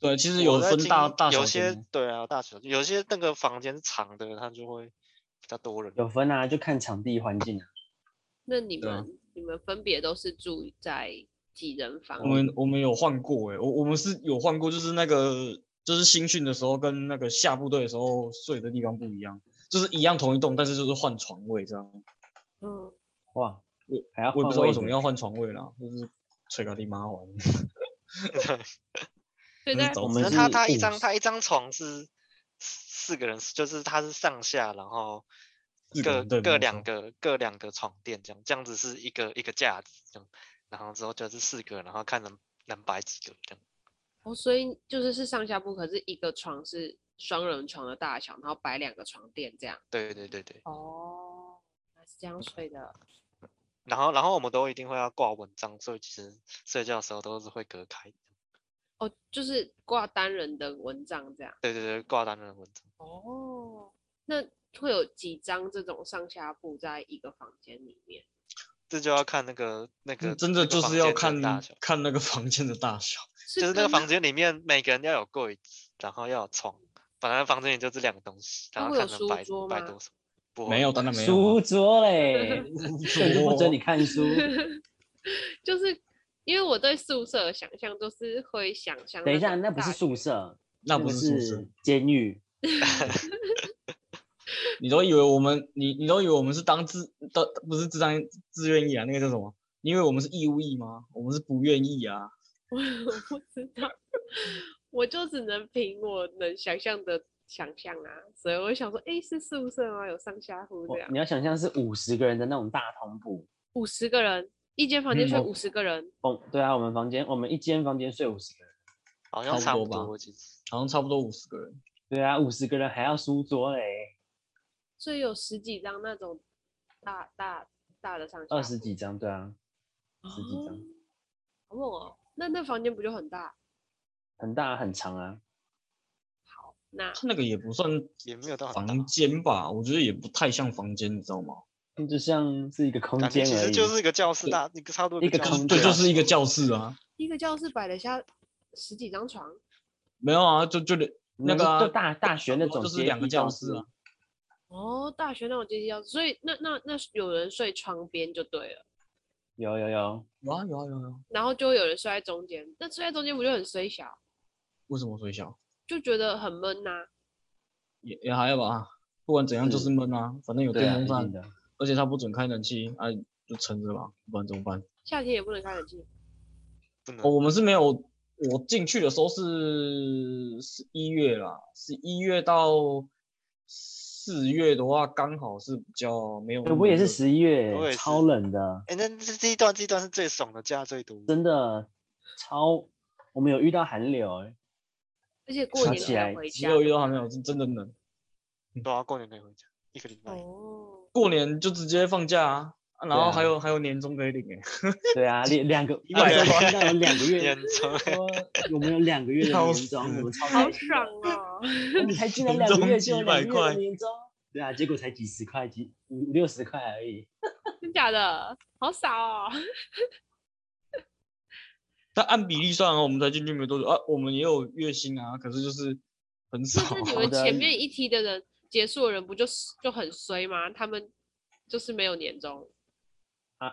S3: 呢、
S2: 对，其实
S3: 我
S2: 有
S3: 在
S2: 分大
S3: 经
S2: 大小
S3: 有
S2: 间
S3: 些
S2: 的。
S3: 对啊，大小有些那个房间是长的，它就会比较多人。
S4: 有分啊，就看场地环境啊。
S1: 那你
S2: 对
S1: 们、
S2: 啊
S1: 你们分别都是住在几人房
S2: 我
S1: 里？
S2: 们我们有换过哎、我我们是有换过，就是那个就是新训的时候跟那个下部队的时候睡的地方不一样，就是一样同一栋，但是就是换床位这样。
S1: 嗯，
S4: 哇
S2: 我，
S4: 还要
S2: 我也
S4: 换
S2: 不知道为
S4: 位
S2: 什么
S4: 置。
S2: 要换床位啦，就是吹个地妈玩。
S1: 所以
S2: 我是
S1: 在
S2: 早
S4: 我
S2: 上
S4: 们
S3: 那
S4: 是
S3: 他他一
S4: 五
S3: 张
S4: 十
S3: 他一张床是四个人，就是他是上下，然后
S2: 四个
S3: 各
S2: 人对没
S3: 各
S2: 有
S3: 两
S2: 错
S3: 个各两个床垫这样，这样子是一个一个架子这样，然后之后就是四个，然后看能能摆几个这样。
S1: 哦，所以就是是上下铺，可是一个床是双人床的大小，然后摆两个床垫这样。
S3: 对对对对，
S1: 哦，那是这样睡的。
S3: 然后然后我们都一定会要挂蚊帐，所以其实睡觉的时候都是会隔开。
S1: 哦，就是挂单人的蚊帐这样。
S3: 对对对，挂单人的蚊帐。
S1: 哦，那会有几张这种上下铺在一个房间里面？
S3: 这就要看那个那个
S2: 嗯 真
S3: 那
S2: 的
S3: 个
S2: 就
S3: 房
S2: 是要
S3: 间
S2: 看
S3: 大小，
S2: 看那个房间的大小。
S1: 是
S3: 就是那个
S1: 跟
S3: 房间里面每个人要有柜子，然后要有床，反正房间里就这两个东西，然
S1: 那
S3: 后
S1: 会有
S3: 看能
S1: 书
S3: 摆
S1: 桌
S3: 摆
S1: 吗
S3: 多少。不
S2: 没
S3: 会
S2: 有，当然没有
S4: 书
S2: 啊。
S4: 桌嘞， 根本就不准你看书。
S1: 就是因为我对宿舍的想象就是会想象。
S4: 等一下，那不是宿
S1: 舍，
S4: 舍，
S2: 那
S4: 个
S2: 不是宿舍
S4: 是，监狱。
S2: 你都以为我们，你你都以为我们是当自当不是自当自愿意啊，那个叫什么？你以为我们是义务役吗？我们是不愿意啊。
S1: 我 我不知道，
S4: 嗯
S1: 我就只能凭我能想象的想象啊，所以我就想说，诶，是宿舍吗？有上下铺这
S4: 哇
S3: 啊
S1: 样，
S4: 哦你要想象是五十个人的那种大通铺。
S1: 五十个人一间房间
S2: 嗯
S1: 睡
S2: 我
S1: 五十个人，
S4: 哦，对啊，我们房间，我们一间房间睡五十个人。
S3: 好像
S2: 差
S3: 差
S2: 不
S3: 不
S2: 多吧
S3: 多，其实
S2: 好像差不多五十个人，
S4: 对啊，五十个人还要书桌嘞，
S1: 所以有十几张那种大大大的上下，
S4: 二十几张，对啊，十几张
S1: 哦，好猛哦！那那房间不就很大？
S4: 很大很长啊。
S1: 好，那
S2: 他那个也不算
S3: 也没有到很大
S2: 房，间吧，我觉得也不太像房间，你知道吗？
S4: 那就像是一个空
S3: 感觉
S4: 间
S3: 其
S4: 而
S3: 实
S4: 已，
S3: 就是一个教室大，一个差不多
S4: 一个
S3: 教
S2: 就
S4: 空
S2: 是
S3: 室
S2: 对，
S4: 间
S3: 大
S2: 就是一个
S3: 小
S2: 教室啊，
S1: 一个教室摆得下十几张床，
S2: 没有啊，就就连那个、
S4: 就
S2: 啊、
S4: 就大大学那种
S2: 就是两个
S4: 阶梯教
S2: 教室啊，
S1: 哦，大学那种阶梯教室，所以那那那有人睡窗边就对了，
S4: 有有有，
S2: 有啊有啊有啊有啊，
S1: 然后就会有人睡在中间，那睡在中间不就很虽小，
S2: 为什么最小？
S1: 就觉得很闷啊呐、
S2: 也也还好吧，不管怎样就是
S4: 是
S2: 闷啊，反正有
S4: 嗯对
S2: 电
S4: 啊，
S2: 风
S4: 一
S2: 扇
S4: 定，的。
S2: 而且他不准开冷气，哎、就撑着吧，不然怎么办？
S1: 夏天也不能开冷气，
S3: 不能
S2: 哦，我们是没有，我进去的时候是十一月啦，十一月到四月的话，刚好是比较没有那么
S4: 对，
S2: 热。
S4: 我也是十一月
S3: 我也，是
S4: 超冷的，
S3: 哎、那这这一段这一段是最爽的，价最多。
S4: 真的超。我们有遇到寒流、欸，
S1: 而且过
S4: 想
S1: 年
S4: 起
S1: 才
S4: 来
S1: 回
S2: 十
S1: 家。
S2: 六月都还没有，是真的冷。
S3: 对啊，过年可以回家一个礼拜。
S1: 哦，
S2: 过年就直接放假啊，啊然
S4: 对
S2: 后
S4: 啊
S2: 还有还有年终可以领 哎、
S4: 对啊，两两 个，
S2: 百
S4: 那时
S2: 多
S4: 候听到有两个月
S3: 年，终
S4: 说我们有两个月的
S2: 笑
S4: 年
S2: 死
S4: 终，我 们超
S1: 好
S4: 开心的
S1: 爽哦！
S4: 我们才进来
S2: 年
S4: 两个
S2: 终
S4: 月
S2: 几
S4: 就有
S2: 百
S4: 两个月
S2: 块
S4: 的年终，对啊，结果才几十块，几五五六十块而已。
S1: 真假的，好傻哦！
S2: 但按比例算啊，我们才进去没多久啊，我们也有月薪啊，可是就是很少
S1: 就是你
S2: 啊。
S1: 们
S4: 的
S1: 前面一梯的人结束的人不就是就很衰吗？他们就是没有年终，
S4: 啊，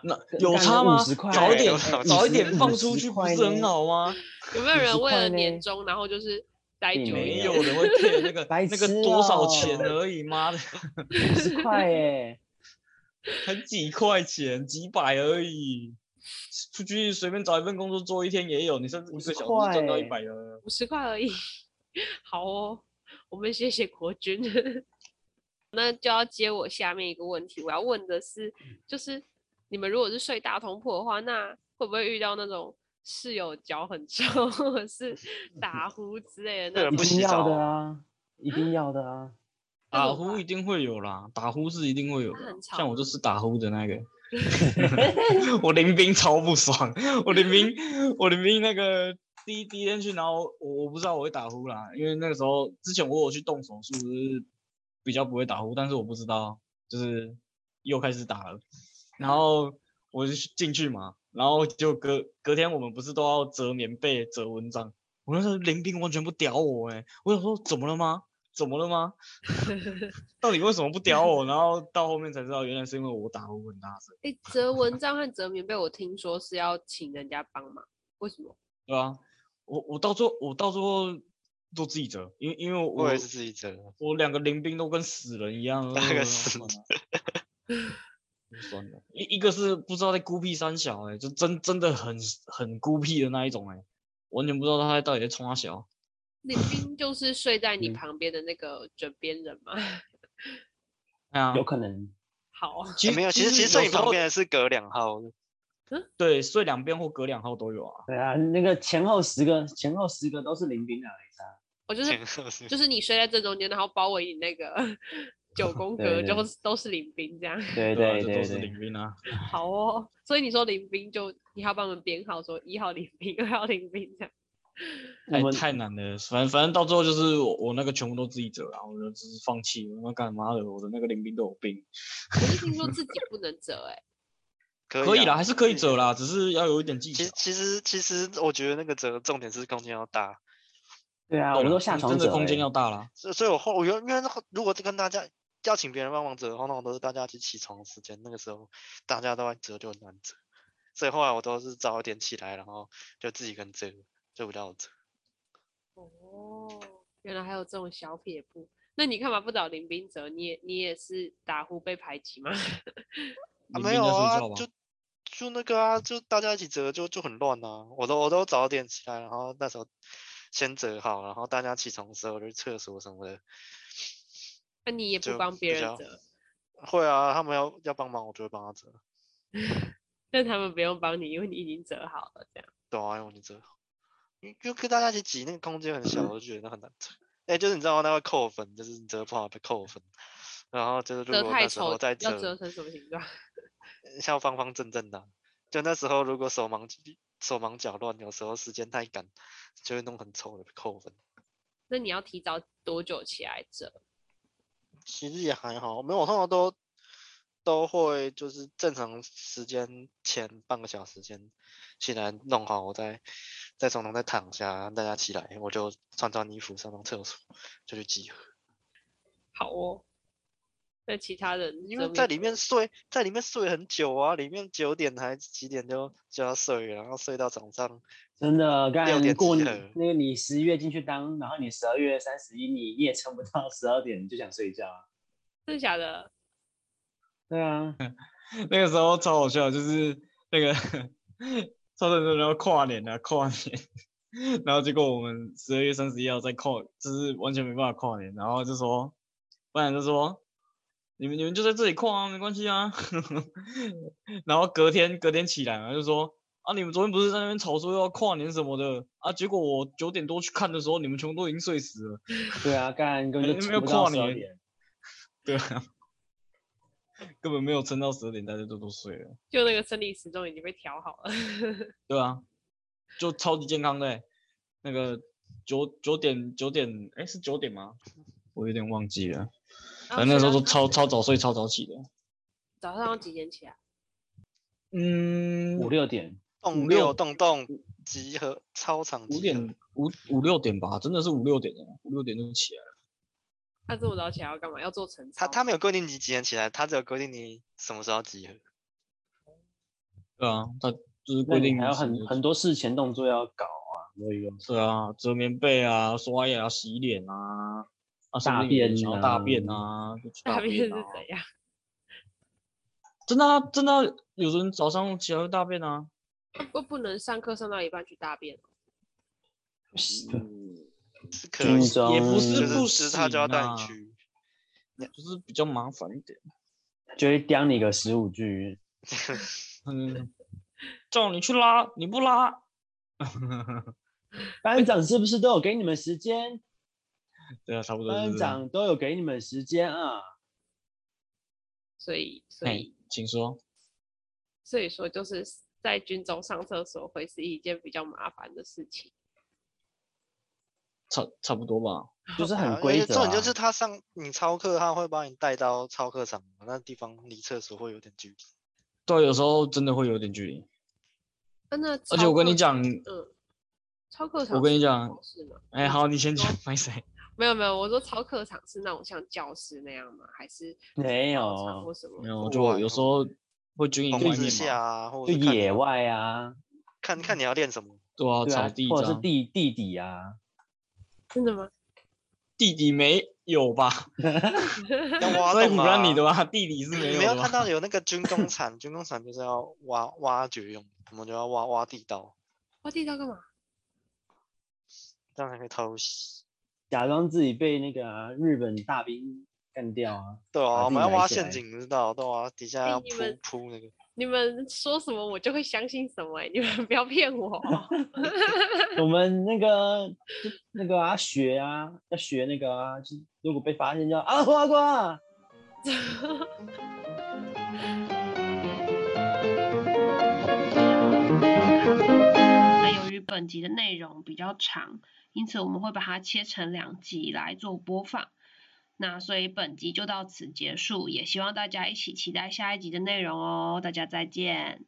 S2: 那
S4: 干
S2: 有差吗？
S4: 干50块哎
S2: 早一 点
S3: 50
S2: 早一点
S4: 块
S2: 放出去
S4: 50
S2: 不
S4: 块
S2: 是很
S4: 呢
S2: 好吗？
S1: 有没有人
S4: 50
S1: 为
S4: 块
S1: 了
S4: 呢
S1: 年终，然后就是待
S4: 并
S1: 久一
S2: 没
S1: 点？
S2: 有人会 care 那个
S4: 白
S2: 那个
S4: 痴
S2: 多少
S4: 哦
S2: 钱而已，妈的，
S4: 哎五十块哎耶，
S2: 才几块钱、几百而已。出去随便找一份工作做一天也有，你甚至一
S4: 50
S2: 个小时赚到一百
S4: 块欸
S2: 了。
S1: 五十块而已。好哦，我们谢谢国军。那就要接我下面一个问题，我要问的是，就是你们如果是睡大通铺的话，那会不会遇到那种室友脚很臭，或者是打呼之类的那
S3: 这 个
S1: 种？
S4: 一
S3: 不
S4: 定
S3: 洗
S4: 要
S3: 澡
S4: 的
S3: 啊
S4: 啊，一定要的啊，
S1: 那
S2: 打
S1: 怎么
S2: 呼
S1: 办
S2: 一定会有啦，打呼是一定会有的
S1: 那
S2: 啦
S1: 很。吵
S2: 像我就
S1: 吗
S2: 是打呼的那个， 我林斌超不爽，我林斌，我林斌那个第一第一天去，然后我我不知道我会打呼啦，因为那个时候之前我有去动手术，就是比较不会打呼，但是我不知道，就是又开始打了，然后我就去进去嘛，然后就隔隔天我们不是都要折棉被、折蚊帐，我那时候林斌完全不屌我哎、我想说怎么了吗？怎么了吗？到底为什么不屌我？然后到后面才知道，原来是因为我打呼很大声。
S1: 哎、折蚊帐和折棉被，我听说是要请人家帮忙，为什么？
S2: 对啊，我我到最后我到最后都自己折，因为因为我
S3: 我也是自己折，
S2: 我两个临兵都跟死人一样，
S3: 那个
S2: 呃
S3: 死
S2: 算了 算了，一一个是不知道在孤僻三小、欸，哎，就真真的很很孤僻的那一种、欸，哎，完全不知道他到底在冲他小。
S1: 李斌就是睡在你
S4: 嗯
S1: 旁边的那个枕边人嘛。
S2: 哎呀、
S4: 有可能
S1: 好，啊
S2: 其
S3: 哎
S2: 实
S3: 没有，其实其实
S2: 有
S3: 睡你
S2: 时候
S3: 旁边的是隔两号的，
S2: 对睡两边或隔两号都有啊。
S4: 对啊，那个前后十个前后十个都是林斌的雷莎，
S1: 我就是
S3: 前 后是
S1: 就是你睡在正中间，然后包围你那 个九宫
S4: 对
S1: 格，
S4: 对
S1: 就是都是林兵这样。
S4: 对
S2: 啊
S4: 对
S2: 这
S4: 对
S2: 都是
S4: 对
S2: 领，兵啊。
S1: 好哦，所以你说林兵就你还要帮我们编号，说一号林兵，二号林兵这样。
S4: 我
S2: 太
S4: 们
S2: 哎太难了，反正反正到最后就是我我那个全部都自己折啊，我就只是放弃了。那干嘛的？我的那个林兵都有病，
S1: 我是听说自己不能折 哎、
S3: 可
S2: 可以啦，
S3: 啦，
S2: 还是可以
S3: 自己
S2: 折啦，只是要有一点技巧
S3: 其实。其实其实我觉得那个折重点是空间要大，
S4: 对啊，
S2: 对
S4: 我们
S2: 啦
S4: 都下
S2: 真
S4: 床
S2: 真的
S4: 折
S2: 空间
S4: 欸
S2: 要大啦。
S3: 所以所以我后我原因为那个如果跟大家要请别人帮忙折的话，那我都是大家一起起床的时间，那个时候大家都在折就很难折，所以后来我都是早一点起来，然后就自己跟折，就比较好折。
S1: 哦，原来还有这种小撇步。那你干嘛不找林兵折？你也你也是打呼被排挤吗？
S3: 啊，
S2: 林
S3: 没
S2: 斌
S3: 有
S2: 在睡
S3: 啊
S2: 觉，吧
S3: 就就那个啊，就大家一起折就就很乱啊。我都我都早点起来，然后那时候先折好，然后大家起床的时候我就去厕所什么的。
S1: 那你也不
S3: 就
S1: 帮别
S3: 比
S1: 人
S3: 较
S1: 折，
S3: 会啊，他们要要帮忙，我就会帮他折。
S1: 但他们不用帮你，因为你已经折好了这样。
S3: 对啊，因为你折好，因为就跟大家一起挤，那个空间很小，我就觉得那很难折。哎、就是你知道吗那会扣分，就是你折不好被扣分。然后就是如
S1: 折
S3: 果
S1: 太
S3: 那时
S1: 丑
S3: 候再，
S1: 要折
S3: 折，
S1: 成什么形状？
S3: 像方方正正的啊，就那时候如果手忙手忙脚乱，有时候时间太赶，就会弄很丑的被扣分。
S1: 那你要提早多久起来折？
S3: 其实也还好，没有，我通常都都会就是正常时间前半个小时先起来弄好，我再在床上再躺下，大家起来，我就穿穿衣服上上厕所就去集合，
S1: 好哦。那其他人
S3: 因
S1: 折
S3: 为
S1: 棉
S3: 在里
S1: 被
S3: 面睡，在里面睡很久啊，里面九点还几点就就要睡了，然后睡到早上，
S4: 真的，干
S3: 点
S4: 过
S3: 集
S4: 你
S3: 合
S4: 那个你十一月进去当，然后你十二月三十一，你也撑不到十二点，你就想睡觉啊。
S1: 真的假的？
S4: 对啊，
S2: 那个时候超好笑，就是那个超多人要跨年啊，跨年，然后结果我们十二月三十一号再跨，就是完全没办法跨年，然后就说，不然就说你们你们就在这里跨啊，没关系啊， 然后隔天隔天起来嘛，就说啊你们昨天不是在那边吵说要跨年什么的啊，结果我九点多去看的时候，你们全部都已经睡死了，
S4: 对啊，干根本就
S2: 哎没
S4: 撑
S2: 有
S4: 不到
S2: 跨
S4: 十二
S2: 年
S4: 点。
S2: 对啊，根本没有撑到十二点，大家都都睡了。
S1: 就那个生理时钟已经被调好了。
S2: 对啊，就超级健康的欸、那个九九点九点，哎、是九点吗？我有点忘记
S4: 啊
S2: 了，反正那时候都超超早睡超早起的。
S1: 早上要几点起来？
S2: 嗯，
S4: 五六点，
S3: 动
S2: 六
S3: 六动动集合操场集
S2: 五
S3: 合，
S2: 点五五六点吧，真的是五六点欸五六点就起来了。
S1: 他这么早起来要干嘛？要做晨操？
S3: 他他没有规定你几点起来，他只有规定你什么时候集合。
S2: 对啊，他就是
S4: 那
S2: 规
S4: 你
S2: 定
S4: 还有
S2: 是
S4: 很很多事前动作要搞啊，所以
S2: 是啊，折棉被啊，刷牙、洗脸啊，啊，说
S4: 大
S2: 不定有人
S4: 便
S2: 想要
S4: 啊
S2: 大便啊，就去
S1: 大
S2: 便
S1: 便是
S2: 啊
S3: 哦
S1: 怎样？
S2: 真的啊，真的啊、有人早上起来会大便啊，
S1: 不不能上课上到一半去大便哦，
S3: 是可
S4: 军
S3: 以，
S4: 中
S2: 也不是
S3: 就
S2: 不
S3: 是吃他就要带
S2: 行啊
S3: 你去，
S2: 就是比较麻烦一点。
S4: 就会刁你个十五句，
S2: 嗯，叫你去拉，你不拉，
S3: 哎
S4: 班长是不是都有给你们时间？
S2: 对啊，差不多
S3: 呃
S2: 就是
S4: 班
S2: 这样。
S4: 长都有给你们时间啊。
S1: 所以所
S2: 嘿
S1: 以
S2: 请说。
S1: 所以说就是在军中上厕所会是一件比较麻烦的事情。
S2: 差差不多吧，
S4: 就是
S3: 啊
S4: 很
S3: 而
S4: 规
S3: 且
S4: 则、
S3: 重
S4: 啊。
S3: 点就是他上你操课，他会把你带到操课场，那地方离厕所会有点距离。
S2: 对，有时候真的会有点距离。
S1: 真的，
S2: 而且我跟你，讲，
S1: 嗯，超课场，
S2: 我跟你讲，
S1: 是吗？
S2: 哎、好，你先讲，没谁。
S1: 没有没有，我说超课场是那种像教室那样吗？还是
S4: 没
S1: 操场
S4: 有，
S1: 或什么？
S2: 没有，
S3: 户
S2: 就
S3: 外
S2: 有时候会军营
S3: 红
S2: 外
S3: 木
S2: 面
S3: 之下
S2: 嘛，
S3: 啊，或
S4: 就
S3: 者是看哦你
S4: 野
S3: 要
S4: 外啊，
S3: 看看你要练 什么。
S2: 对啊，
S4: 对
S2: 草
S4: 啊
S2: 地，
S4: 或
S2: 这
S4: 者是
S2: 样
S4: 地地底啊，
S1: 真的吗？
S2: 地底没有吧？
S3: 要挖
S2: 所以
S3: 洞
S2: 古兰
S3: 啊
S2: 你的吧，地理是
S3: 你
S2: 没
S3: 没
S2: 有
S3: 有
S2: 的
S3: 看
S2: 吧？
S3: 到有那个军工铲，军工铲就是要挖挖掘用，我们就要挖挖地道，
S1: 挖哦地道干嘛？
S3: 这样才可以偷袭。
S4: 假装自己被那个啊、日本大兵干掉啊。
S3: 对
S4: 把
S3: 啊，我
S4: 自
S3: 们
S4: 己
S3: 要
S4: 埋
S3: 挖
S4: 起
S3: 陷
S4: 来
S3: 阱，你知道？对啊，底下
S1: 哎
S3: 要
S1: 你
S3: 铺
S1: 们
S3: 铺那个。
S1: 你们说什么我就会相信什么、哎，你们不要骗我。
S4: 我们那个就那个啊学啊，要学那个啊，就是如果被发现叫啊呱呱。
S5: 那由于本集的内容比较长，因此我们会把它切成两集来做播放。那所以本集就到此结束，也希望大家一起期待下一集的内容哦。大家再见。